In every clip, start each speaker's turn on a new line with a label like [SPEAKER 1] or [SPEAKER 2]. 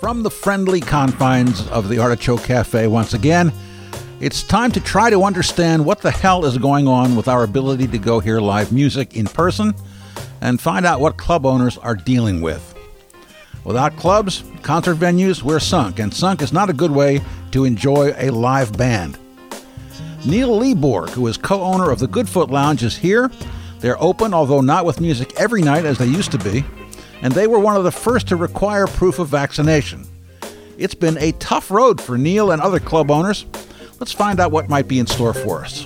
[SPEAKER 1] from the friendly confines of the Artichoke Cafe once again. It's time to try to understand what the hell is going on with our ability to go hear live music in person and find out what club owners are dealing with. Without clubs, concert venues, we're sunk, and sunk is not a good way to enjoy a live band. Neil Lieborg, who is co owner of the Goodfoot Lounge, is here. They're open, although not with music every night as they used to be, and they were one of the first to require proof of vaccination. It's been a tough road for Neil and other club owners. Let's find out what might be in store for us.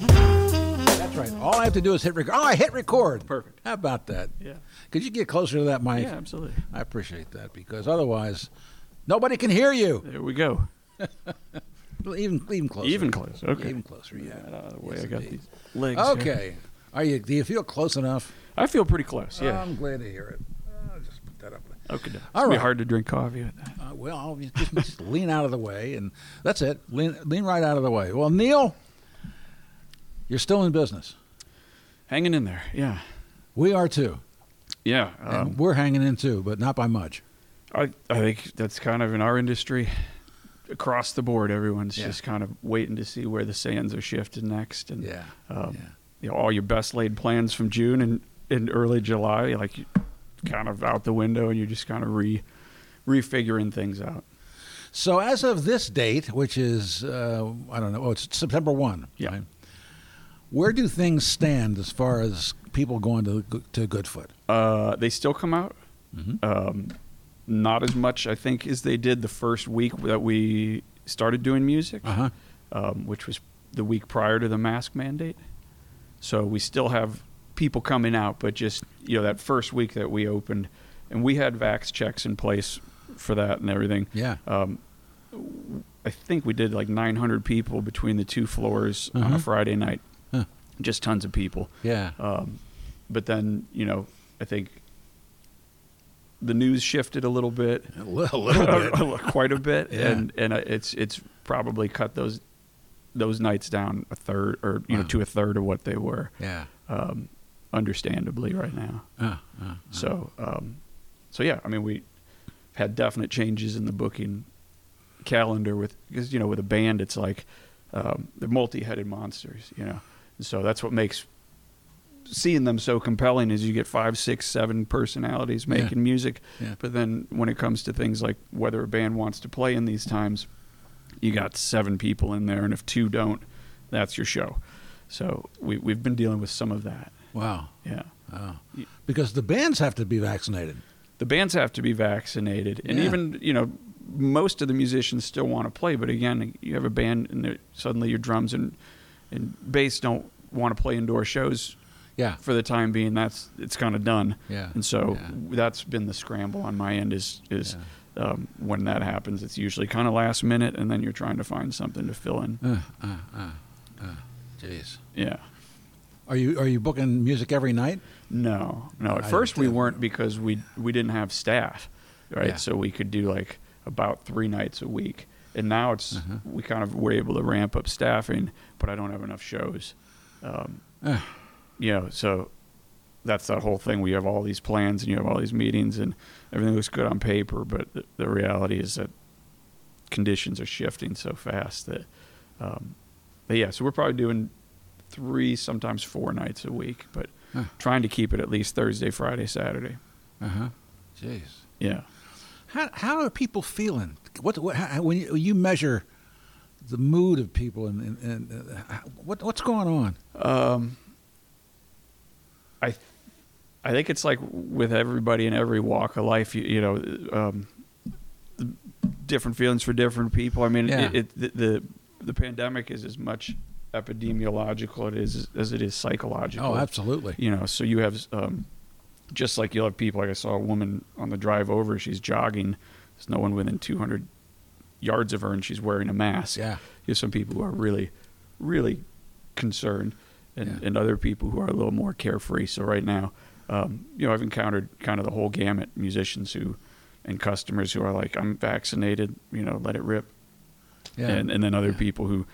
[SPEAKER 1] That's right. All I have to do is hit record. Oh, I hit record.
[SPEAKER 2] Perfect.
[SPEAKER 1] How about that?
[SPEAKER 2] Yeah.
[SPEAKER 1] Could you get closer to that mic?
[SPEAKER 2] Yeah, absolutely.
[SPEAKER 1] I appreciate that because otherwise, nobody can hear you.
[SPEAKER 2] There we go.
[SPEAKER 1] Even even closer.
[SPEAKER 2] Even closer, okay.
[SPEAKER 1] Even closer. Yeah.
[SPEAKER 2] Uh, the way
[SPEAKER 1] Yes,
[SPEAKER 2] I got
[SPEAKER 1] indeed.
[SPEAKER 2] these legs. here.
[SPEAKER 1] Okay. Are you? Do you feel close enough? Uh,
[SPEAKER 2] I feel pretty close. Yeah.
[SPEAKER 1] I'm glad to hear it. Uh, I'll just put that up.
[SPEAKER 2] okay. It's
[SPEAKER 1] Um, all
[SPEAKER 2] gonna be
[SPEAKER 1] right.
[SPEAKER 2] hard to drink coffee. At night.
[SPEAKER 1] Uh, well, I'll just, just lean out of the way, and that's it. Lean lean right out of the way. Well, Neil, you're still in business.
[SPEAKER 2] Hanging in there. Yeah.
[SPEAKER 1] We are too,
[SPEAKER 2] Yeah.
[SPEAKER 1] and
[SPEAKER 2] Um,
[SPEAKER 1] we're hanging in too, but not by much.
[SPEAKER 2] I I think that's kind of in our industry, across the board, everyone's
[SPEAKER 1] Yeah.
[SPEAKER 2] just kind of waiting to see where the sands are shifting next, and
[SPEAKER 1] Yeah.
[SPEAKER 2] um,
[SPEAKER 1] yeah.
[SPEAKER 2] you know, all your best laid plans from June and, and early July, like you- kind of out the window, and you're just kind of re refiguring things out.
[SPEAKER 1] So as of this date, which is uh, I don't know, oh, it's September one.
[SPEAKER 2] Yeah.
[SPEAKER 1] Where do things stand as far as people going to to Goodfoot?
[SPEAKER 2] Uh, they still come out.
[SPEAKER 1] Mhm.
[SPEAKER 2] Um, not as much, I think, as they did the first week that we started doing music,
[SPEAKER 1] Uh huh.
[SPEAKER 2] um, which was the week prior to the mask mandate. So we still have people coming out, but just you know that first week that we opened, and we had vax checks in place for that and everything.
[SPEAKER 1] Yeah.
[SPEAKER 2] Um, I think we did like 900 people between the two floors on
[SPEAKER 1] Uh-huh.
[SPEAKER 2] a Friday night.
[SPEAKER 1] Huh.
[SPEAKER 2] Just tons of people.
[SPEAKER 1] Yeah.
[SPEAKER 2] Um, but then, you know, I think the news shifted a little bit,
[SPEAKER 1] a little, little
[SPEAKER 2] uh,
[SPEAKER 1] bit.
[SPEAKER 2] quite a bit,
[SPEAKER 1] Yeah.
[SPEAKER 2] and and uh, it's it's probably cut those those nights down a third or you
[SPEAKER 1] Wow.
[SPEAKER 2] know to a third of what they were,
[SPEAKER 1] Yeah.
[SPEAKER 2] um, understandably right now.
[SPEAKER 1] Uh, uh.
[SPEAKER 2] So um, so yeah, I mean we had definite changes in the booking calendar with because you know with a band it's like um, they're multi-headed monsters, you know, and so that's what makes seeing them so compelling is you get five, six, seven personalities
[SPEAKER 1] Yeah.
[SPEAKER 2] making music,
[SPEAKER 1] Yeah.
[SPEAKER 2] but then when it comes to things like whether a band wants to play in these times, you got seven people in there, and if two don't, that's your show. So we we've been dealing with some of that,
[SPEAKER 1] Wow.
[SPEAKER 2] yeah.
[SPEAKER 1] Wow.
[SPEAKER 2] Y-
[SPEAKER 1] Because the bands have to be vaccinated.
[SPEAKER 2] the bands have to be vaccinated and
[SPEAKER 1] Yeah.
[SPEAKER 2] even you know most of the musicians still want to play but again you have a band and they're- suddenly your drums and and bass don't want to play indoor shows
[SPEAKER 1] Yeah.
[SPEAKER 2] for the time being that's it's kind of done
[SPEAKER 1] Yeah,
[SPEAKER 2] and so
[SPEAKER 1] yeah.
[SPEAKER 2] that's been the scramble on my end is is
[SPEAKER 1] Yeah.
[SPEAKER 2] um, when that happens it's usually kind of last minute and then you're trying to find something to fill in
[SPEAKER 1] Uh, uh, uh, uh. Jeez.
[SPEAKER 2] yeah
[SPEAKER 1] Are you are you booking music every night?
[SPEAKER 2] No, no. At
[SPEAKER 1] I
[SPEAKER 2] first we
[SPEAKER 1] didn't.
[SPEAKER 2] weren't because we we didn't have staff, right?
[SPEAKER 1] Yeah.
[SPEAKER 2] So we could do like about three nights a week, and now it's
[SPEAKER 1] Uh-huh.
[SPEAKER 2] we kind of were able to ramp up staffing, but I don't have enough shows. Um,
[SPEAKER 1] Ugh.
[SPEAKER 2] you know, so that's that whole thing. We have all these plans and you have all these meetings, and everything looks good on paper, but the, the reality is that conditions are shifting so fast that, um, but yeah. So we're probably doing three, sometimes four nights a week, but
[SPEAKER 1] Huh.
[SPEAKER 2] trying to keep it at least Thursday, Friday, Saturday.
[SPEAKER 1] Uh
[SPEAKER 2] Uh-huh.
[SPEAKER 1] huh. Jeez.
[SPEAKER 2] Yeah.
[SPEAKER 1] How how are people feeling? What, what how, when, you, when you measure the mood of people and, and, and uh, how- what what's going on?
[SPEAKER 2] Um, I, I think it's like with everybody in every walk of life, you, you know, um, different feelings for different people. I mean,
[SPEAKER 1] Yeah.
[SPEAKER 2] it, it, the, the the pandemic is as much epidemiological it is as it is psychological.
[SPEAKER 1] Oh, absolutely.
[SPEAKER 2] you know so you have um, just like you'll have people like i saw a woman on the drive over she's jogging there's no one within 200 yards of her and she's wearing a mask
[SPEAKER 1] Yeah.
[SPEAKER 2] you have some people who are really really concerned and,
[SPEAKER 1] Yeah.
[SPEAKER 2] and other people who are a little more carefree so right now um, you know i've encountered kind of the whole gamut musicians who and customers who are like i'm vaccinated you know let it rip
[SPEAKER 1] Yeah.
[SPEAKER 2] and, and then other
[SPEAKER 1] Yeah.
[SPEAKER 2] people who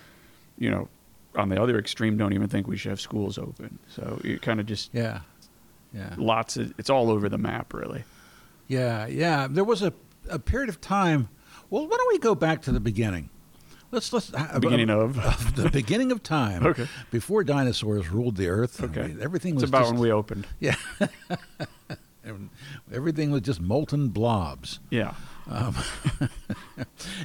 [SPEAKER 2] you know on the other extreme don't even think we should have schools open so you kind of just
[SPEAKER 1] yeah. Yeah.
[SPEAKER 2] lots of it's all over the map really.
[SPEAKER 1] Yeah, yeah. There was a, a period of time. Well, why don't we go back to the beginning? Let's let's uh,
[SPEAKER 2] Beginning of.
[SPEAKER 1] the beginning of time.
[SPEAKER 2] Okay.
[SPEAKER 1] Before dinosaurs ruled the earth. I
[SPEAKER 2] Okay.
[SPEAKER 1] mean, everything
[SPEAKER 2] It's
[SPEAKER 1] was
[SPEAKER 2] about
[SPEAKER 1] just,
[SPEAKER 2] when we opened.
[SPEAKER 1] yeah. And everything was just molten blobs.
[SPEAKER 2] Yeah.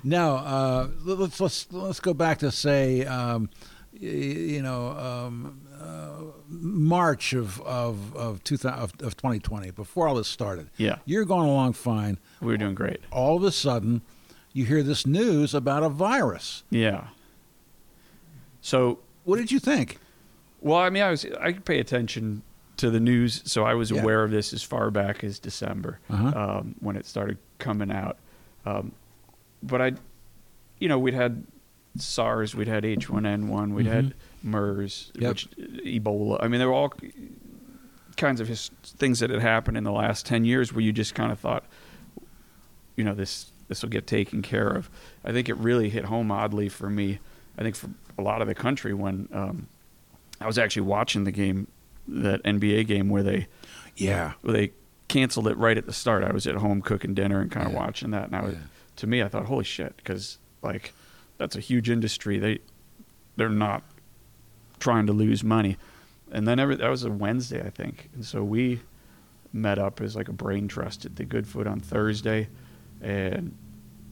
[SPEAKER 1] Now uh, l- let's let's let's go back to say um, y- you know um, uh, March of of of, 2000, of of 2020 before all this started.
[SPEAKER 2] Yeah.
[SPEAKER 1] You're going along fine.
[SPEAKER 2] We were doing great.
[SPEAKER 1] all of a sudden you hear this news about a virus.
[SPEAKER 2] Yeah. So
[SPEAKER 1] What did you think?
[SPEAKER 2] Well, I mean, I was I could pay attention to the news, so I was
[SPEAKER 1] Yeah.
[SPEAKER 2] aware of this as far back as December
[SPEAKER 1] Uh-huh.
[SPEAKER 2] um, when it started coming out. Um, but I, you know, we'd had SARS, we'd had H1N1, we'd had MERS,
[SPEAKER 1] Yep.
[SPEAKER 2] which, Ebola. I mean, there were all kinds of his, things that had happened in the last ten years where you just kind of thought, you know, this this will get taken care of. I think it really hit home oddly for me. I think for a lot of the country when. Um, I was actually watching the game, that NBA game where they
[SPEAKER 1] Yeah.
[SPEAKER 2] where they canceled it right at the start. I was at home cooking dinner and kind of
[SPEAKER 1] Yeah.
[SPEAKER 2] watching that, and I was,
[SPEAKER 1] Yeah.
[SPEAKER 2] to me, I thought, holy shit, because like that's a huge industry. They they're not trying to lose money, and then every that was a Wednesday, I think, and so we met up as like a brain trust at the Good Foot on Thursday, and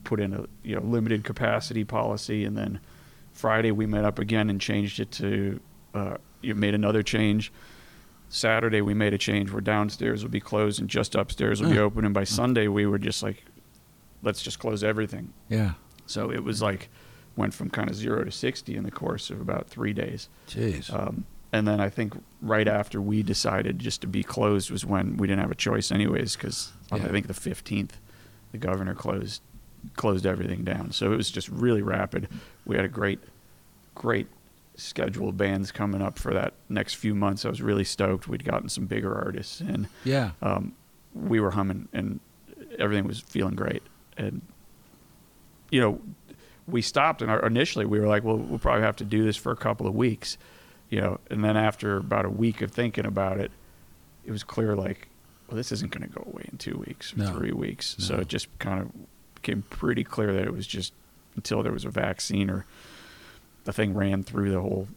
[SPEAKER 2] put in a you know limited capacity policy, and then Friday we met up again and changed it to uh, you know, made another change. Saturday we made a change where downstairs would be closed and just upstairs would be
[SPEAKER 1] Yeah.
[SPEAKER 2] open, and by Sunday we were just like, let's just close everything.
[SPEAKER 1] Yeah.
[SPEAKER 2] So it was like went from kind of zero to sixty in the course of about three days.
[SPEAKER 1] Jeez.
[SPEAKER 2] Um, and then I think right after we decided just to be closed was when we didn't have a choice anyways because
[SPEAKER 1] Yeah.
[SPEAKER 2] I think the 15th the governor closed closed everything down. So it was just really rapid. We had a great great schedule of bands coming up for that next few months. I was really stoked. We'd gotten some bigger artists and
[SPEAKER 1] yeah.
[SPEAKER 2] um, we were humming and everything was feeling great. And, you know, we stopped and our, initially we were like, well, we'll probably have to do this for a couple of weeks, you know. And then after about a week of thinking about it, it was clear like, well, this isn't going to go away in two weeks, or
[SPEAKER 1] No.
[SPEAKER 2] three weeks. So
[SPEAKER 1] No.
[SPEAKER 2] it just kind of became pretty clear that it was just until there was a vaccine or the thing ran through the whole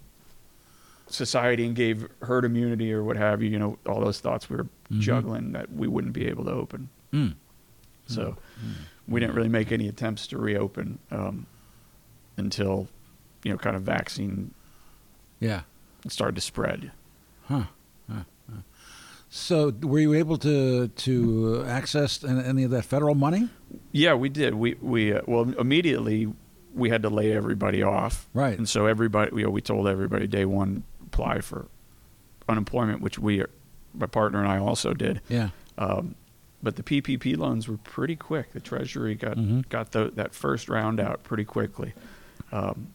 [SPEAKER 2] society and gave herd immunity or what have you, you know, all those thoughts we were
[SPEAKER 1] Mm-hmm.
[SPEAKER 2] juggling that we wouldn't be able to open.
[SPEAKER 1] Mm.
[SPEAKER 2] So
[SPEAKER 1] Mm-hmm.
[SPEAKER 2] we didn't really make any attempts to reopen um, until, you know, kind of vaccine
[SPEAKER 1] Yeah.
[SPEAKER 2] started to spread.
[SPEAKER 1] Huh. Huh. Huh. So, were you able to to access an- any of that federal money?
[SPEAKER 2] Yeah, we did. We we uh, well immediately we had to lay everybody off.
[SPEAKER 1] Right.
[SPEAKER 2] And so everybody, you know, we told everybody day one apply for unemployment, which we, are, my partner and I also did.
[SPEAKER 1] Yeah.
[SPEAKER 2] Um, but the PPP loans were pretty quick. The Treasury got
[SPEAKER 1] Mhm.
[SPEAKER 2] got tho- that first round out pretty quickly. Um,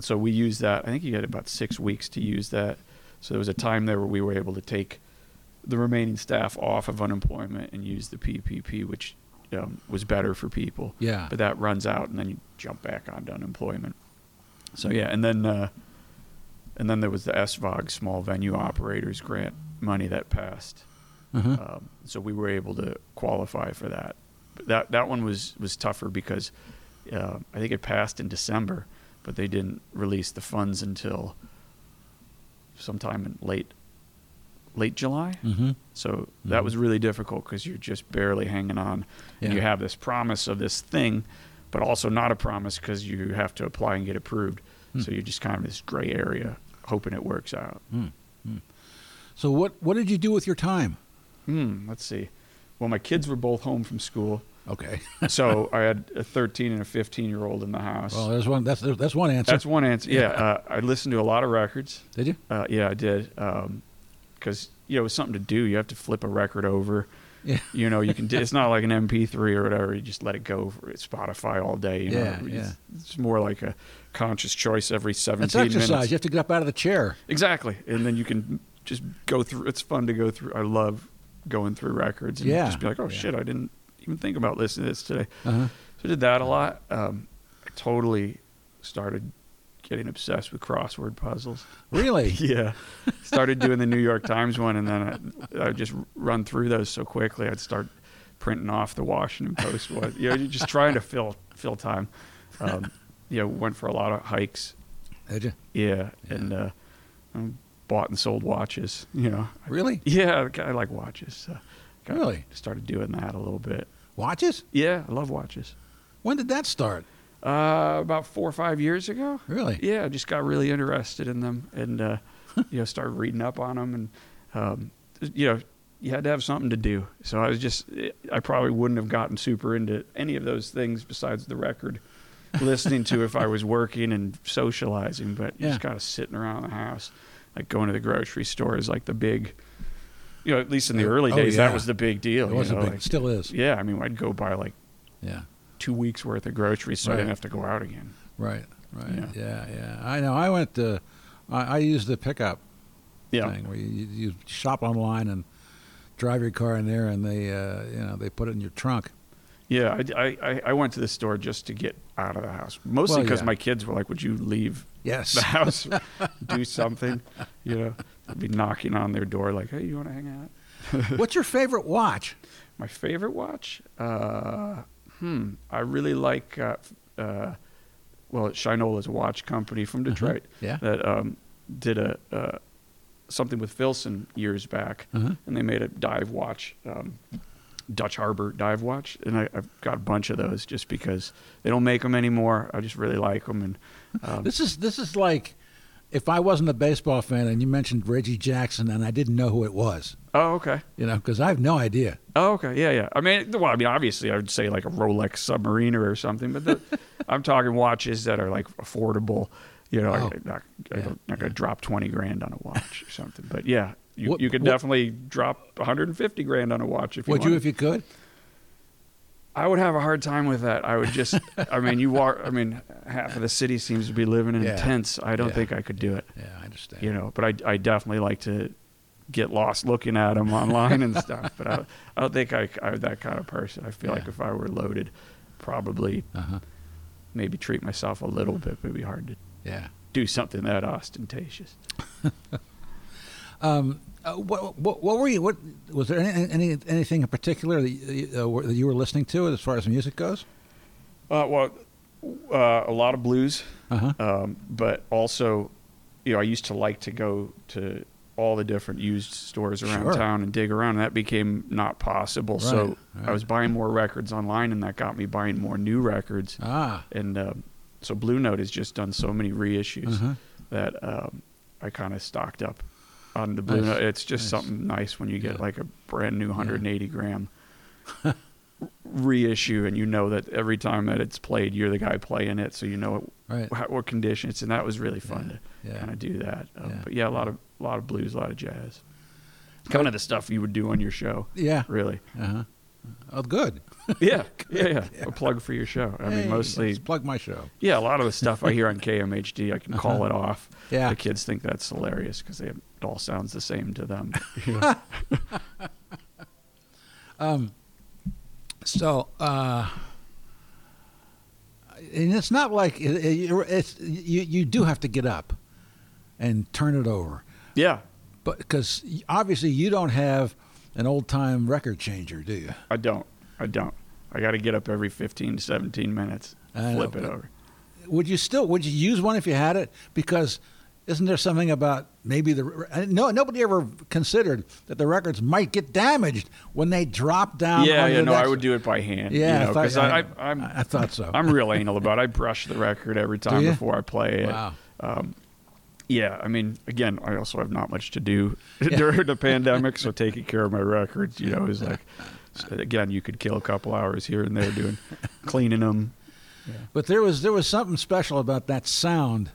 [SPEAKER 2] so we used that. I think you had about six weeks to use that. So there was a time there where we were able to take the remaining staff off of unemployment and use the PPP, which um, was better for people.
[SPEAKER 1] Yeah.
[SPEAKER 2] But that runs out, and then you jump back onto unemployment. So yeah, and then uh, and then there was the SVOG small venue operators grant money that passed.
[SPEAKER 1] Uh-huh.
[SPEAKER 2] Um, so we were able to qualify for that. But that that one was was tougher because uh, I think it passed in December, but they didn't release the funds until sometime in late late July.
[SPEAKER 1] mm-hmm.
[SPEAKER 2] So that was really difficult because you're just barely hanging on, and you
[SPEAKER 1] Yeah.
[SPEAKER 2] have this promise of this thing, but also not a promise because you have to apply and get approved.
[SPEAKER 1] Hmm.
[SPEAKER 2] So you're just kind of in this gray area, hoping it works out.
[SPEAKER 1] So, what what did you do with your time?
[SPEAKER 2] Hmm. Let's see. Well, my kids were both home from school.
[SPEAKER 1] Okay.
[SPEAKER 2] so I had a 13 and a 15 year old in the house.
[SPEAKER 1] Well, there's one. That's that's one answer.
[SPEAKER 2] That's one answer. Yeah, uh, I listened to a lot of records.
[SPEAKER 1] did you?
[SPEAKER 2] Uh, yeah, I did. Because you know, it was something to do. You have to flip a record over.
[SPEAKER 1] Yeah.
[SPEAKER 2] You know, you can. do- It's not like an MP3 or whatever. You just let it go for Spotify all day. You
[SPEAKER 1] Yeah,
[SPEAKER 2] know? It's,
[SPEAKER 1] yeah.
[SPEAKER 2] it's more like a conscious choice every 17
[SPEAKER 1] That's exercise.
[SPEAKER 2] minutes.
[SPEAKER 1] You have to get up out of the chair.
[SPEAKER 2] Exactly, and then you can just go through. It's fun to go through. I love going through records and
[SPEAKER 1] Yeah.
[SPEAKER 2] just be like, oh
[SPEAKER 1] Yeah.
[SPEAKER 2] shit, I didn't even think about listening to this today.
[SPEAKER 1] Uh-huh.
[SPEAKER 2] So I did that a lot. Um, I totally started getting obsessed with crossword puzzles.
[SPEAKER 1] Really?
[SPEAKER 2] Yeah. Started doing the New York Times one, and then I, I would just run through those so quickly. I'd start printing off the Washington Post one. You know, you're just trying to fill fill time. Um, you know, went for a lot of hikes.
[SPEAKER 1] Did you?
[SPEAKER 2] Yeah, and uh, um, bought and sold watches. You know.
[SPEAKER 1] Really?
[SPEAKER 2] Yeah, I like watches. So got-
[SPEAKER 1] Really?
[SPEAKER 2] Started doing that a little bit.
[SPEAKER 1] Watches?
[SPEAKER 2] Yeah, I love watches.
[SPEAKER 1] When did that start?
[SPEAKER 2] Uh, about four or five years ago.
[SPEAKER 1] Really?
[SPEAKER 2] Yeah, I just got really interested in them, and uh, you know, started reading up on them, and um, you know, you had to have something to do. So I was just, I probably wouldn't have gotten super into any of those things besides the record listening to if I was working and socializing. But just
[SPEAKER 1] Yeah.
[SPEAKER 2] kind of sitting around the house, like going to the grocery store is like the big. You know, at least in the early
[SPEAKER 1] Oh,
[SPEAKER 2] days,
[SPEAKER 1] yeah.
[SPEAKER 2] that was the big deal.
[SPEAKER 1] It
[SPEAKER 2] you
[SPEAKER 1] was
[SPEAKER 2] know,
[SPEAKER 1] a big,
[SPEAKER 2] like-
[SPEAKER 1] still is.
[SPEAKER 2] yeah, I mean, I'd go buy like
[SPEAKER 1] Yeah.
[SPEAKER 2] two weeks worth of groceries, so I
[SPEAKER 1] Right.
[SPEAKER 2] didn't have to go out again.
[SPEAKER 1] Right. Right. Yeah.
[SPEAKER 2] Yeah.
[SPEAKER 1] yeah. I know. I went to. I, I used the pickup
[SPEAKER 2] Yeah,
[SPEAKER 1] thing where you, you you shop online and drive your car in there, and they uh, you know they put it in your trunk.
[SPEAKER 2] yeah. I, I- I, I went to the store just to get out of the house, mostly
[SPEAKER 1] Well,
[SPEAKER 2] because
[SPEAKER 1] yeah.
[SPEAKER 2] my kids were like, "Would you leave
[SPEAKER 1] Yes.
[SPEAKER 2] the house, do something?" You know, I'd be knocking on their door like, "Hey, you want to hang out?"
[SPEAKER 1] What's your favorite watch?
[SPEAKER 2] My favorite watch? Uh, hmm. I really like. Uh, uh, well, it's Shinola's watch company from Detroit.
[SPEAKER 1] Uh-huh. Yeah.
[SPEAKER 2] That um, did a uh, something with Filson years back,
[SPEAKER 1] Uh-huh.
[SPEAKER 2] and they made a dive watch, um, Dutch Harbor dive watch, and I, I've got a bunch of those just because they don't make them anymore. I just really like them, and um,
[SPEAKER 1] This is this is like if I wasn't a baseball fan and you mentioned Reggie Jackson and I didn't know who it was,
[SPEAKER 2] oh, okay.
[SPEAKER 1] you know, because I have no idea.
[SPEAKER 2] Oh, okay. Yeah, yeah. I mean, well, I mean, obviously, I would say like a Rolex Submariner or something, but the, I'm talking watches that are like affordable. You know,
[SPEAKER 1] Oh.
[SPEAKER 2] I'm not, I'm not going to drop 20 grand on a watch or something. But yeah, you,
[SPEAKER 1] What-
[SPEAKER 2] you could
[SPEAKER 1] what-
[SPEAKER 2] definitely drop 150 grand on a watch if you
[SPEAKER 1] Would you
[SPEAKER 2] wanted.
[SPEAKER 1] if you could?
[SPEAKER 2] I would have a hard time with that. I would just, I mean, you are, I mean, half of the city seems to be living in
[SPEAKER 1] Yeah.
[SPEAKER 2] tents. I don't
[SPEAKER 1] Yeah.
[SPEAKER 2] think I could do it
[SPEAKER 1] Yeah, I understand.
[SPEAKER 2] you know, but I, I definitely like to get lost looking at them online and stuff. But I, I don't think I, I'm that kind of person. I feel like
[SPEAKER 1] Yeah.
[SPEAKER 2] if I were loaded, probably
[SPEAKER 1] Uh-huh.
[SPEAKER 2] maybe treat myself a little bit. But it'd be hard to
[SPEAKER 1] Yeah.
[SPEAKER 2] do something that ostentatious.
[SPEAKER 1] Uh, what, what what were you? What was there any, any anything in particular that you, uh, were- that you were listening to as far as music goes?
[SPEAKER 2] Uh, well, uh, a lot of blues,
[SPEAKER 1] Uh-huh.
[SPEAKER 2] um, but also, you know, I used to like to go to all the different used stores around
[SPEAKER 1] Sure.
[SPEAKER 2] town and dig around. And that became not possible,
[SPEAKER 1] Right,
[SPEAKER 2] so
[SPEAKER 1] right.
[SPEAKER 2] I was buying more records online, and that got me buying more new records.
[SPEAKER 1] Ah,
[SPEAKER 2] and um, so Blue Note has just done so many reissues
[SPEAKER 1] Uh-huh.
[SPEAKER 2] that um, I kind of stocked up on the Blue
[SPEAKER 1] Nice.
[SPEAKER 2] Note. It's just
[SPEAKER 1] Nice.
[SPEAKER 2] something nice when you get
[SPEAKER 1] Yeah.
[SPEAKER 2] like a brand new 180 gram reissue, and you know that every time that it's played, you're the guy playing it, so you know it,
[SPEAKER 1] right.
[SPEAKER 2] how, what condition it's in. That was really fun
[SPEAKER 1] Yeah.
[SPEAKER 2] to
[SPEAKER 1] Yeah.
[SPEAKER 2] kind of do that. Um,
[SPEAKER 1] Yeah.
[SPEAKER 2] But yeah, a lot of a lot of blues, a lot of jazz, kind of the stuff you would do on your show.
[SPEAKER 1] Yeah.
[SPEAKER 2] Really,
[SPEAKER 1] Uh-huh. Oh, good.
[SPEAKER 2] yeah, yeah, yeah, A plug for your show. I
[SPEAKER 1] Hey,
[SPEAKER 2] mean, mostly
[SPEAKER 1] let's plug my show.
[SPEAKER 2] Yeah, a lot of the stuff I hear on KMHD, I can call it off.
[SPEAKER 1] Uh-huh. Yeah.
[SPEAKER 2] The kids think that's hilarious because it all sounds the same to them.
[SPEAKER 1] So, uh, and it's not like it, it, it's you. You do have to get up and turn it over,
[SPEAKER 2] yeah,
[SPEAKER 1] but because obviously you don't have an old time record changer, do you?
[SPEAKER 2] I don't. I don't. I got to get up every 15 to 17 minutes,
[SPEAKER 1] I
[SPEAKER 2] flip
[SPEAKER 1] know,
[SPEAKER 2] it
[SPEAKER 1] but-
[SPEAKER 2] over.
[SPEAKER 1] Would you still? Would you use one if you had it? Because isn't there something about maybe the no nobody ever considered that the records might get damaged when they drop down?
[SPEAKER 2] yeah,
[SPEAKER 1] onto
[SPEAKER 2] yeah,
[SPEAKER 1] the
[SPEAKER 2] no,
[SPEAKER 1] next-
[SPEAKER 2] I would do it by hand.
[SPEAKER 1] Yeah,
[SPEAKER 2] you
[SPEAKER 1] I
[SPEAKER 2] know,
[SPEAKER 1] thought-
[SPEAKER 2] 'cause I,
[SPEAKER 1] I-
[SPEAKER 2] I, I, am
[SPEAKER 1] I thought so.
[SPEAKER 2] I'm real anal about. it. I brush the record every time
[SPEAKER 1] you?
[SPEAKER 2] before I play it.
[SPEAKER 1] Wow.
[SPEAKER 2] Yeah, I mean, again, I also have not much to do during the pandemic, so taking care of my records, you know, is like, again, you could kill a couple hours here and there doing cleaning them.
[SPEAKER 1] But there was there was something special about that sound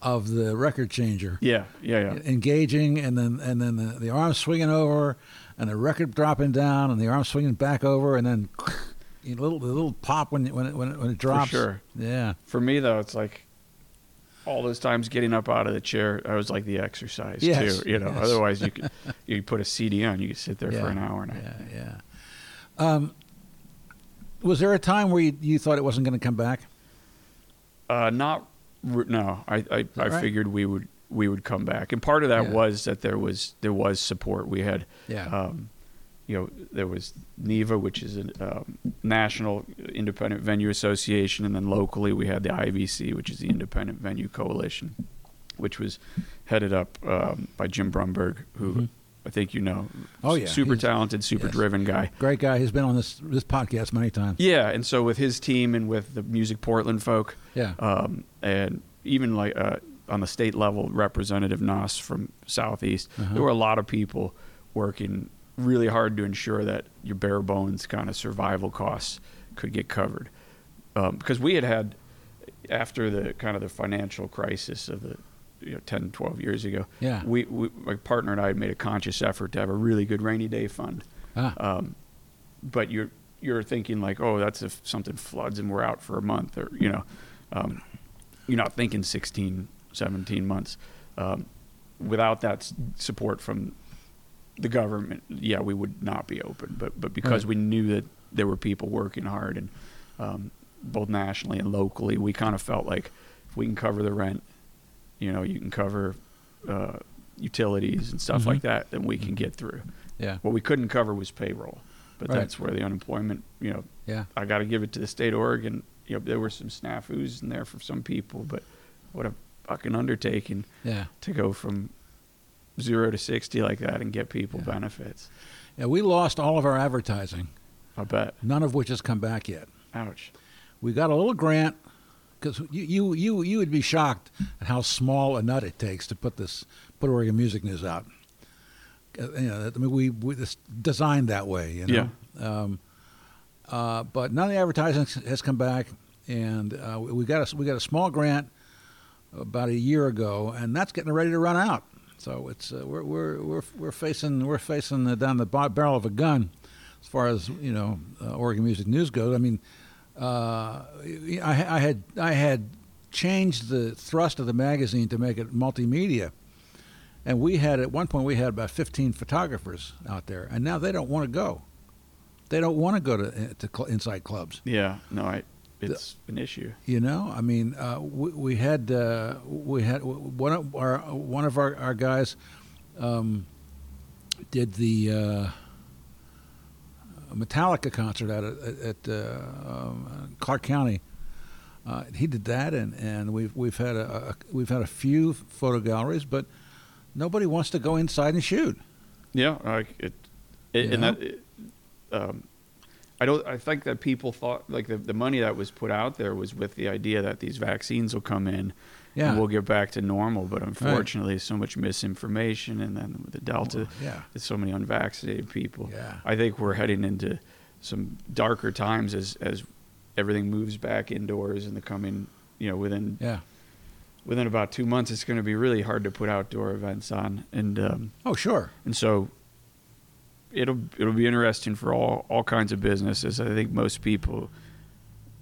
[SPEAKER 1] of the record changer
[SPEAKER 2] Yeah, yeah, yeah.
[SPEAKER 1] engaging, and then and then the, the arm swinging over, and the record dropping down, and the arm swinging back over, and then you know, little the little pop when it, when it, when it, when it drops.
[SPEAKER 2] sure.
[SPEAKER 1] Yeah.
[SPEAKER 2] For me though, it's like all those times getting up out of the chair, I was like the exercise
[SPEAKER 1] Yes,
[SPEAKER 2] too. You know,
[SPEAKER 1] yes.
[SPEAKER 2] otherwise you could you put a CD on, you could sit there
[SPEAKER 1] yeah.
[SPEAKER 2] for an hour and a
[SPEAKER 1] Yeah, yeah. Um, was there a time where you, you thought it wasn't going to come back?
[SPEAKER 2] Uh, not r- no, I I, I
[SPEAKER 1] right?
[SPEAKER 2] figured we would we would come back, and part of that
[SPEAKER 1] Yeah.
[SPEAKER 2] was that there was there was support. We had
[SPEAKER 1] Yeah.
[SPEAKER 2] um, you know, there was NEVA, which is a um, National Independent Venue Association, and then locally we had the IVC, which is the Independent Venue Coalition, which was headed up um, by Jim Brumberg, who I think you know.
[SPEAKER 1] Mm-hmm. Oh,
[SPEAKER 2] S-
[SPEAKER 1] yeah.
[SPEAKER 2] super
[SPEAKER 1] He's-
[SPEAKER 2] talented, super
[SPEAKER 1] yes.
[SPEAKER 2] driven guy.
[SPEAKER 1] Great guy. He's been on this this podcast many times.
[SPEAKER 2] Yeah, and so with his team and with the Music Portland folk,
[SPEAKER 1] Yeah.
[SPEAKER 2] um, and even like uh, on the state level, Representative Noss from Southeast,
[SPEAKER 1] Uh-huh.
[SPEAKER 2] there were a lot of people working really hard to ensure that your bare bones kind of survival costs could get covered, um, because we had had after the kind of the financial crisis of the you know 10 12 years ago
[SPEAKER 1] Yeah.
[SPEAKER 2] we, we my partner and i had made a conscious effort to have a really good rainy day fund
[SPEAKER 1] Ah,
[SPEAKER 2] um, but you're you're thinking like, oh, that's if something floods and we're out for a month, or you know, um, you're not thinking 16, 17 months. Um, without that s- support from the government, yeah, we would not be open. But but because
[SPEAKER 1] Right.
[SPEAKER 2] we knew that there were people working hard and um, both nationally and locally, we kind of felt like if we can cover the rent, you know, you can cover uh, utilities and stuff like that, then we can get through.
[SPEAKER 1] yeah.
[SPEAKER 2] What we couldn't cover was payroll, but
[SPEAKER 1] Right.
[SPEAKER 2] that's where the unemployment. You know,
[SPEAKER 1] Yeah.
[SPEAKER 2] I got to give it to the state of Oregon. You know, there were some snafus in there for some people, but what a fucking undertaking
[SPEAKER 1] Yeah.
[SPEAKER 2] to go from zero to sixty like that and get people
[SPEAKER 1] Yeah.
[SPEAKER 2] benefits.
[SPEAKER 1] Yeah, we lost all of our advertising,
[SPEAKER 2] I bet.
[SPEAKER 1] none of which has come back yet.
[SPEAKER 2] Ouch.
[SPEAKER 1] We got a little grant because you, you, you, you would be shocked at how small a nut it takes to put this put Oregon music news out. Uh, you know, I mean, we we it's designed that way. You know?
[SPEAKER 2] Yeah.
[SPEAKER 1] Uh, but none of the advertising s- has come back, and uh, we we got a, s- we got a small grant about a year ago, and that's getting ready to run out. So it's uh, we're, we're we're we're facing we're facing the, down the bar- barrel of a gun, as far as you know uh, Oregon music news goes. I mean, uh, I, I had I had changed the thrust of the magazine to make it multimedia, and we had at one point we had about 15 photographers out there, and now they don't want to go. They don't want to go to to cl- inside clubs.
[SPEAKER 2] Yeah. No, I. It's an issue.
[SPEAKER 1] You know, I mean, uh, we, we had uh, we had one of our one of our, our guys um, did the uh, Metallica concert out at, at uh, um, Clark County. Uh, he did that, and, and we've we've had a, a we've had a few photo galleries, but nobody wants to go inside and shoot.
[SPEAKER 2] Yeah, like it, it
[SPEAKER 1] You
[SPEAKER 2] and
[SPEAKER 1] know?
[SPEAKER 2] that. It, um, I don't. I think that people thought like the the money that was put out there was with the idea that these vaccines will come in,
[SPEAKER 1] Yeah.
[SPEAKER 2] and we'll get back to normal. But unfortunately, so much misinformation, and then with the Delta,
[SPEAKER 1] Yeah.
[SPEAKER 2] there's so many unvaccinated people.
[SPEAKER 1] Yeah.
[SPEAKER 2] I think we're heading into some darker times as as everything moves back indoors in the coming. You know, within
[SPEAKER 1] Yeah.
[SPEAKER 2] within about two months, it's going to be really hard to put outdoor events on, and um,
[SPEAKER 1] Oh, sure.
[SPEAKER 2] and so it'll it'll be interesting for all all kinds of businesses. I think most people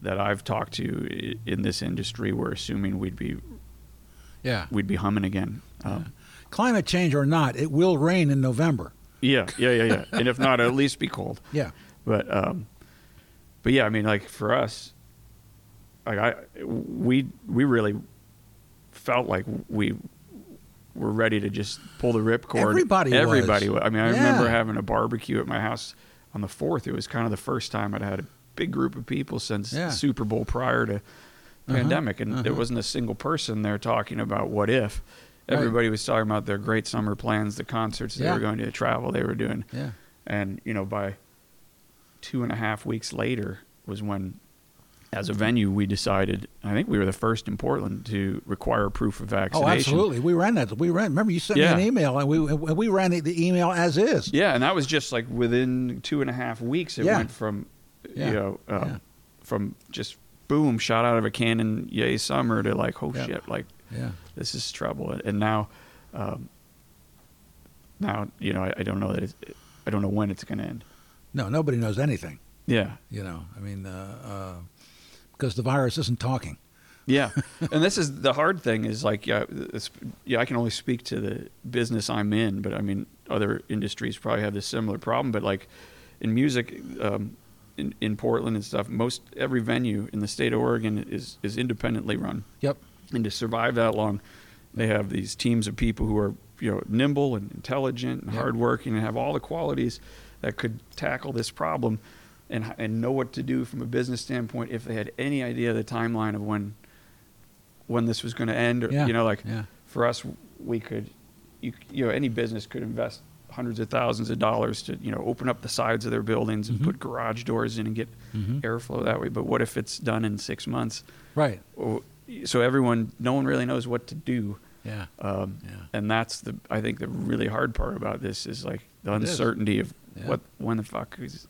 [SPEAKER 2] that I've talked to i- in this industry were assuming we'd be
[SPEAKER 1] Yeah.
[SPEAKER 2] we'd be humming again. Um,
[SPEAKER 1] Climate change or not, it will rain in November.
[SPEAKER 2] yeah, yeah, yeah, yeah. and if not, at least be cold.
[SPEAKER 1] Yeah.
[SPEAKER 2] But um, but yeah, I mean, like for us, like I we we really felt like we were ready to just pull the ripcord.
[SPEAKER 1] Everybody was.
[SPEAKER 2] everybody. Was. I mean, I
[SPEAKER 1] Yeah.
[SPEAKER 2] remember having a barbecue at my house on the fourth. It was kind of the first time I'd had a big group of people since
[SPEAKER 1] Yeah. Uh-huh.
[SPEAKER 2] the Super Bowl prior to pandemic, and there wasn't a single person there talking about what if.
[SPEAKER 1] Right.
[SPEAKER 2] Everybody was talking about their great summer plans, the concerts they
[SPEAKER 1] Yeah.
[SPEAKER 2] were going to, the travel they were doing
[SPEAKER 1] Yeah.
[SPEAKER 2] and you know by two and a half weeks later was when as a venue we decided i think we were the first in portland to require proof of vaccination
[SPEAKER 1] Oh, absolutely. We ran that. We ran. Remember, you sent
[SPEAKER 2] Yeah.
[SPEAKER 1] me an email, and we and we ran the, the email as is.
[SPEAKER 2] yeah and that was just like within two and a half weeks it
[SPEAKER 1] Yeah.
[SPEAKER 2] went from
[SPEAKER 1] Yeah.
[SPEAKER 2] you know um,
[SPEAKER 1] Yeah.
[SPEAKER 2] from just boom shot out of a cannon yay summer to like oh
[SPEAKER 1] Yeah.
[SPEAKER 2] shit like
[SPEAKER 1] Yeah.
[SPEAKER 2] this is trouble and now um, now you know I, I don't know that it's, i don't know when it's going to end
[SPEAKER 1] No, nobody knows anything.
[SPEAKER 2] yeah
[SPEAKER 1] You know, I mean, uh, uh, because the virus isn't talking.
[SPEAKER 2] Yeah, and this is the hard thing is like yeah, it's, yeah. I can only speak to the business I'm in, but I mean other industries probably have this similar problem. But like in music, um, in in Portland and stuff, most every venue in the state of Oregon is is independently run.
[SPEAKER 1] Yep.
[SPEAKER 2] and to survive that long, they have these teams of people who are you know nimble and intelligent and hardworking and have all the qualities that could tackle this problem, and and know what to do from a business standpoint if they had any idea of the timeline of when when this was going to end. Or,
[SPEAKER 1] Yeah,
[SPEAKER 2] You know, like
[SPEAKER 1] yeah.
[SPEAKER 2] for us, we could you you know any business could invest hundreds of thousands of dollars to you know open up the sides of their buildings
[SPEAKER 1] Mm-hmm.
[SPEAKER 2] and put garage doors in and get airflow that way. But what if it's done in six months?
[SPEAKER 1] Right.
[SPEAKER 2] Or- So everyone, no one really knows what to do.
[SPEAKER 1] Yeah.
[SPEAKER 2] Um,
[SPEAKER 1] Yeah.
[SPEAKER 2] And that's the I think the really hard part about this is like the
[SPEAKER 1] It is.
[SPEAKER 2] uncertainty of
[SPEAKER 1] Yeah.
[SPEAKER 2] what when the fuck is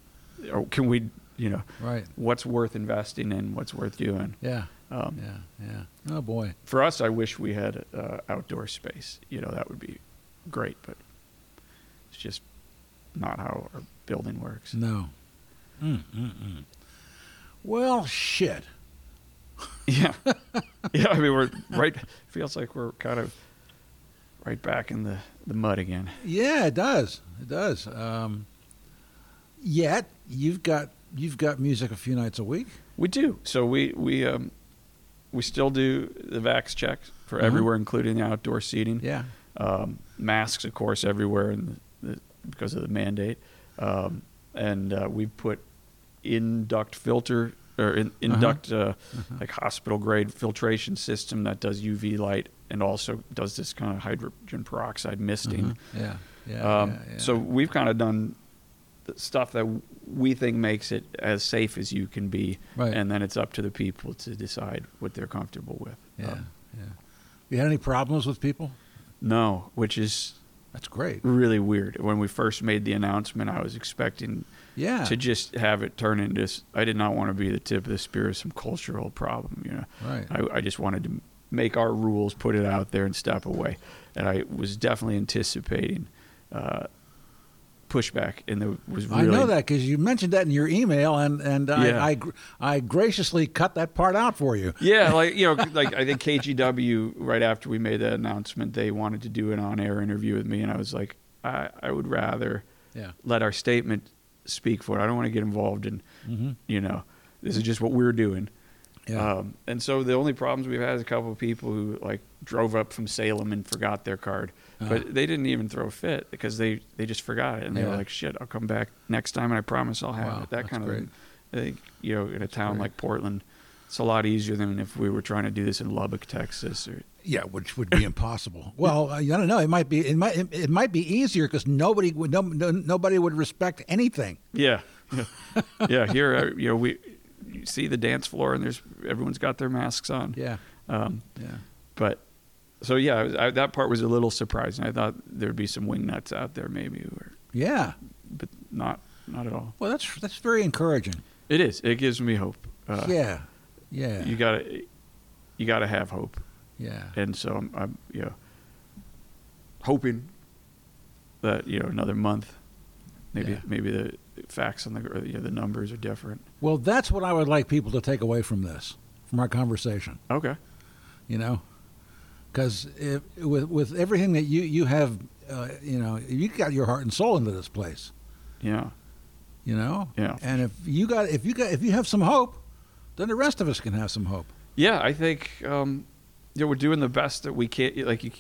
[SPEAKER 2] or can we you know
[SPEAKER 1] Right.
[SPEAKER 2] what's worth investing in what's worth doing.
[SPEAKER 1] Yeah.
[SPEAKER 2] Um,
[SPEAKER 1] Yeah. Yeah. Oh boy.
[SPEAKER 2] For us, I wish we had uh, outdoor space. You know that would be great, but it's just not how our building works.
[SPEAKER 1] No. Mm, mm, mm. Well, shit.
[SPEAKER 2] Yeah, yeah. I mean, we're right. Feels like we're kind of right back in the the mud again.
[SPEAKER 1] Yeah, it does. It does. Um, yet you've got you've got music a few nights a week.
[SPEAKER 2] We do. So we we um, we still do the vax checks for
[SPEAKER 1] Mhm.
[SPEAKER 2] everywhere, including the outdoor seating.
[SPEAKER 1] Yeah.
[SPEAKER 2] Um, masks, of course, everywhere, and the, because of the mandate. Um, and uh, we put induct filter or in, induct uh like hospital grade filtration system that does UV light and also does this kind of hydrogen peroxide misting.
[SPEAKER 1] Mm-hmm. Yeah. Yeah.
[SPEAKER 2] Um,
[SPEAKER 1] yeah, yeah.
[SPEAKER 2] So we've kind of done the stuff that we think makes it as safe as you can be,
[SPEAKER 1] Right.
[SPEAKER 2] and then it's up to the people to decide what they're comfortable with.
[SPEAKER 1] yeah.
[SPEAKER 2] Um,
[SPEAKER 1] yeah. You had any problems with people?
[SPEAKER 2] no, which is
[SPEAKER 1] That's great.
[SPEAKER 2] really weird. When we first made the announcement, I was expecting
[SPEAKER 1] Yeah.
[SPEAKER 2] to just have it turn into. s- I did not want to be the tip of the spear of some cultural problem. You know,
[SPEAKER 1] Right.
[SPEAKER 2] I, I just wanted to make our rules, put it out there, and step away. And I was definitely anticipating. Uh, pushback and there was really
[SPEAKER 1] I know that because you mentioned that in your email, and and
[SPEAKER 2] Yeah.
[SPEAKER 1] I, I gr- I graciously cut that part out for you.
[SPEAKER 2] Yeah, like you know, like I think KGW right after we made that announcement, they wanted to do an on-air interview with me, and I was like, I, I would rather
[SPEAKER 1] Yeah.
[SPEAKER 2] let our statement speak for it. I don't want to get involved in,
[SPEAKER 1] Mhm.
[SPEAKER 2] you know, this is just what we're doing.
[SPEAKER 1] Yeah.
[SPEAKER 2] Um, and so the only problems we've had is a couple of people who like drove up from Salem and forgot their card, but they didn't even throw a fit because they they just forgot it, and they
[SPEAKER 1] Uh-huh. Yeah.
[SPEAKER 2] were like, "Shit, I'll come back next time, and I promise I'll have
[SPEAKER 1] Wow,
[SPEAKER 2] it." That
[SPEAKER 1] that's
[SPEAKER 2] kind
[SPEAKER 1] great.
[SPEAKER 2] of, I think, you know, in a town
[SPEAKER 1] great.
[SPEAKER 2] like Portland, it's a lot easier than if we were trying to do this in Lubbock, Texas, or
[SPEAKER 1] Yeah, which would be impossible. Well, I don't know. It might be. It might. It, it might be easier because nobody would. No, no, nobody would respect anything.
[SPEAKER 2] Yeah, yeah, yeah. Here, uh, you know, we you see the dance floor, and there's everyone's got their masks on.
[SPEAKER 1] Yeah.
[SPEAKER 2] Um,
[SPEAKER 1] Yeah.
[SPEAKER 2] but so yeah, I was- I, that part was a little surprising. I thought there'd be some wingnuts out there, maybe, or,
[SPEAKER 1] Yeah.
[SPEAKER 2] but not not at all.
[SPEAKER 1] Well, that's that's very encouraging.
[SPEAKER 2] It is. It gives me hope. Uh,
[SPEAKER 1] yeah. Yeah.
[SPEAKER 2] You gotta you gotta have hope,
[SPEAKER 1] yeah.
[SPEAKER 2] and so I'm, I'm you know hoping that you know another month, maybe
[SPEAKER 1] Yeah.
[SPEAKER 2] maybe the facts on the or, you know, the numbers are different.
[SPEAKER 1] Well, that's what I would like people to take away from this, from our conversation.
[SPEAKER 2] Okay.
[SPEAKER 1] you know because with with everything that you you have uh, you know you got your heart and soul into this place
[SPEAKER 2] Yeah.
[SPEAKER 1] you know
[SPEAKER 2] Yeah.
[SPEAKER 1] and if you got if you got if you have some hope then the rest of us can have some hope
[SPEAKER 2] Yeah, I think um, you know, we're doing the best that we can. Like, you,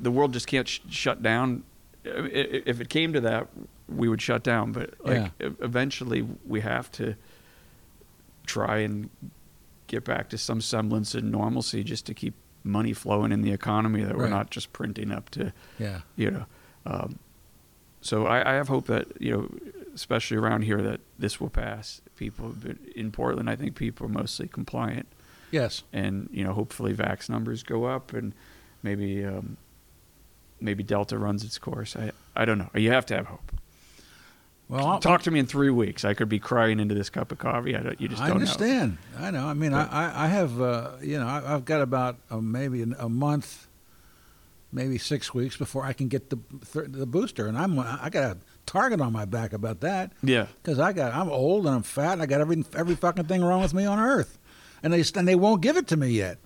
[SPEAKER 2] the world just can't sh- shut down. I- I- If it came to that, we would shut down. But like, e- eventually, we have to try and get back to some semblance of normalcy, just to keep money flowing in the economy. That we're
[SPEAKER 1] Right.
[SPEAKER 2] not just printing up to,
[SPEAKER 1] yeah
[SPEAKER 2] you know. Um, so I, I have hope that you know, especially around here, that this will pass. People have been- in Portland, I think people are mostly compliant
[SPEAKER 1] yes
[SPEAKER 2] and you know hopefully vax numbers go up and maybe um, maybe delta runs its course i i don't know you have to have hope
[SPEAKER 1] well I'll-
[SPEAKER 2] talk to me in three weeks i could be crying into this cup of coffee i don't you just
[SPEAKER 1] I
[SPEAKER 2] don't know
[SPEAKER 1] understand. I know. I mean, I, I, I have, uh, you know, I, I've got about uh, maybe an, a month, maybe six weeks before I can get the th- the booster, and I'm I got a target on my back about that.
[SPEAKER 2] yeah
[SPEAKER 1] Because I got, I'm old and I'm fat and I got every every fucking thing wrong with me on earth, and they and they won't give it to me yet.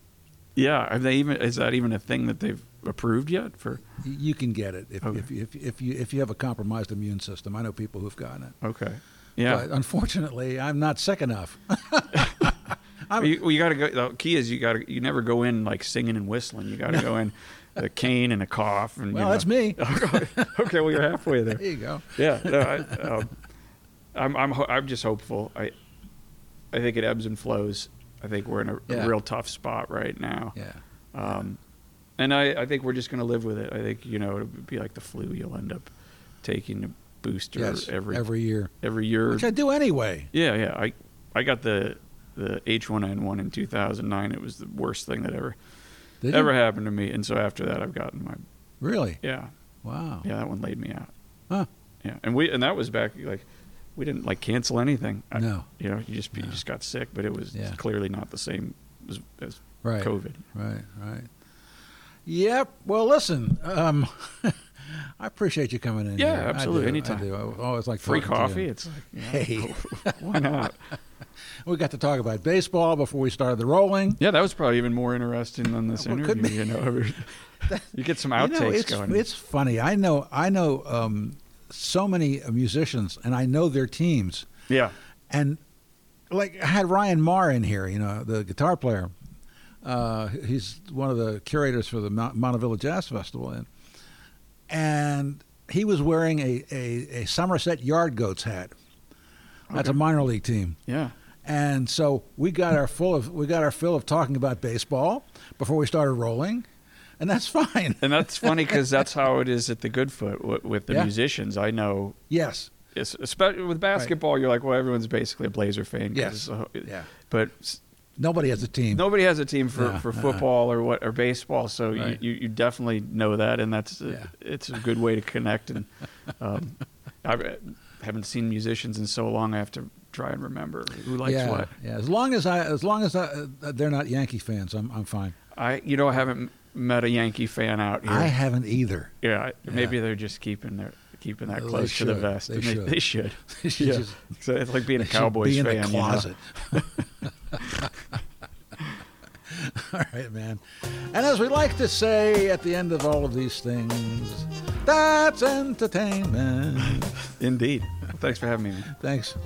[SPEAKER 2] yeah have they even is that even a thing that they've approved yet for
[SPEAKER 1] Y- You can get it if
[SPEAKER 2] Okay.
[SPEAKER 1] if, if if you if you have a compromised immune system. I know people who've gotten it.
[SPEAKER 2] okay yeah
[SPEAKER 1] But unfortunately, I'm not sick enough. I'm-
[SPEAKER 2] you, well, you got to go. The key is you got to. You never go in like singing and whistling. You got to go in with a cane and a cough. And
[SPEAKER 1] Well, that's me.
[SPEAKER 2] me. okay, well you're halfway there.
[SPEAKER 1] There you go.
[SPEAKER 2] Yeah, no, I, um, I'm I'm ho- I'm just hopeful. I I think it ebbs and flows. I think we're in a,
[SPEAKER 1] Yeah.
[SPEAKER 2] a real tough spot right now.
[SPEAKER 1] Yeah.
[SPEAKER 2] Um, and I, I think we're just going to live with it. I think you know it'll be like the flu. You'll end up taking a booster
[SPEAKER 1] Yes.
[SPEAKER 2] every
[SPEAKER 1] every year,
[SPEAKER 2] every year.
[SPEAKER 1] which I do anyway.
[SPEAKER 2] Yeah, yeah. I I got the the H1N1 in 2009. It was the worst thing that ever
[SPEAKER 1] Did you?
[SPEAKER 2] ever happened to me. And so after that, I've gotten my
[SPEAKER 1] Really?
[SPEAKER 2] yeah
[SPEAKER 1] Wow.
[SPEAKER 2] yeah that one laid me out.
[SPEAKER 1] Huh.
[SPEAKER 2] Yeah, and we and that was back like we didn't like cancel anything. I-
[SPEAKER 1] No.
[SPEAKER 2] you know you just
[SPEAKER 1] No.
[SPEAKER 2] you just got sick, but it was
[SPEAKER 1] Yeah.
[SPEAKER 2] clearly not the same as, as
[SPEAKER 1] Right.
[SPEAKER 2] COVID.
[SPEAKER 1] Right, right. Yep. Well, listen, um, I appreciate you coming in.
[SPEAKER 2] Yeah,
[SPEAKER 1] here.
[SPEAKER 2] absolutely.
[SPEAKER 1] I do,
[SPEAKER 2] Anytime.
[SPEAKER 1] I do. I always like
[SPEAKER 2] Free
[SPEAKER 1] talking to
[SPEAKER 2] coffee.
[SPEAKER 1] you.
[SPEAKER 2] It's like
[SPEAKER 1] Hey,
[SPEAKER 2] why not?
[SPEAKER 1] we got to talk about baseball before we started the rolling.
[SPEAKER 2] Yeah, that was probably even more interesting than this
[SPEAKER 1] Well, it
[SPEAKER 2] interview.
[SPEAKER 1] could
[SPEAKER 2] You know, you get some
[SPEAKER 1] You
[SPEAKER 2] outtakes
[SPEAKER 1] know, it's
[SPEAKER 2] going.
[SPEAKER 1] it's funny. I know I know um, so many musicians, and I know their teams.
[SPEAKER 2] yeah,
[SPEAKER 1] and like I had Ryan Marr in here, you know, the guitar player. Uh, he's one of the curators for the Mount, Montevilla Jazz Festival, and and he was wearing a a, a Somerset Yard Goats hat. That's a minor league team,
[SPEAKER 2] yeah.
[SPEAKER 1] and so we got our full of we got our fill of talking about baseball before we started rolling, and that's fine.
[SPEAKER 2] And that's funny because that's how it is at the Goodfoot with, with the
[SPEAKER 1] Yeah.
[SPEAKER 2] musicians. I know,
[SPEAKER 1] Yes,
[SPEAKER 2] it's, especially with basketball, you're like, well, everybone's basically a Blazer fan. 'cause
[SPEAKER 1] Yes.
[SPEAKER 2] it's a-
[SPEAKER 1] Yeah.
[SPEAKER 2] But s-
[SPEAKER 1] nobody has a team.
[SPEAKER 2] nobody has a team for,
[SPEAKER 1] No,
[SPEAKER 2] for
[SPEAKER 1] uh-uh.
[SPEAKER 2] football or what or baseball, so
[SPEAKER 1] Right.
[SPEAKER 2] you, you, you definitely know that, and that's
[SPEAKER 1] Yeah.
[SPEAKER 2] it's a good way to connect. And um, I uh, haven't seen musicians in so long. I have to try and remember who likes
[SPEAKER 1] yeah,
[SPEAKER 2] what.
[SPEAKER 1] yeah. As long as I, as long as I, uh, they're not Yankee fans, I'm I'm fine.
[SPEAKER 2] I you know I haven't met a Yankee fan out here.
[SPEAKER 1] I haven't either.
[SPEAKER 2] yeah, maybe they're just keeping their keeping that
[SPEAKER 1] Well, they
[SPEAKER 2] close to the
[SPEAKER 1] should.
[SPEAKER 2] vest.
[SPEAKER 1] They
[SPEAKER 2] and
[SPEAKER 1] should.
[SPEAKER 2] they should.
[SPEAKER 1] They should
[SPEAKER 2] yeah.
[SPEAKER 1] just-
[SPEAKER 2] so it's like being a
[SPEAKER 1] They should
[SPEAKER 2] Cowboys
[SPEAKER 1] be in
[SPEAKER 2] fan.
[SPEAKER 1] the
[SPEAKER 2] you know?
[SPEAKER 1] closet. all right, man. And as we like to say at the end of all of these things, that's entertainment.
[SPEAKER 2] Indeed. Thanks for having me. man.
[SPEAKER 1] Thanks.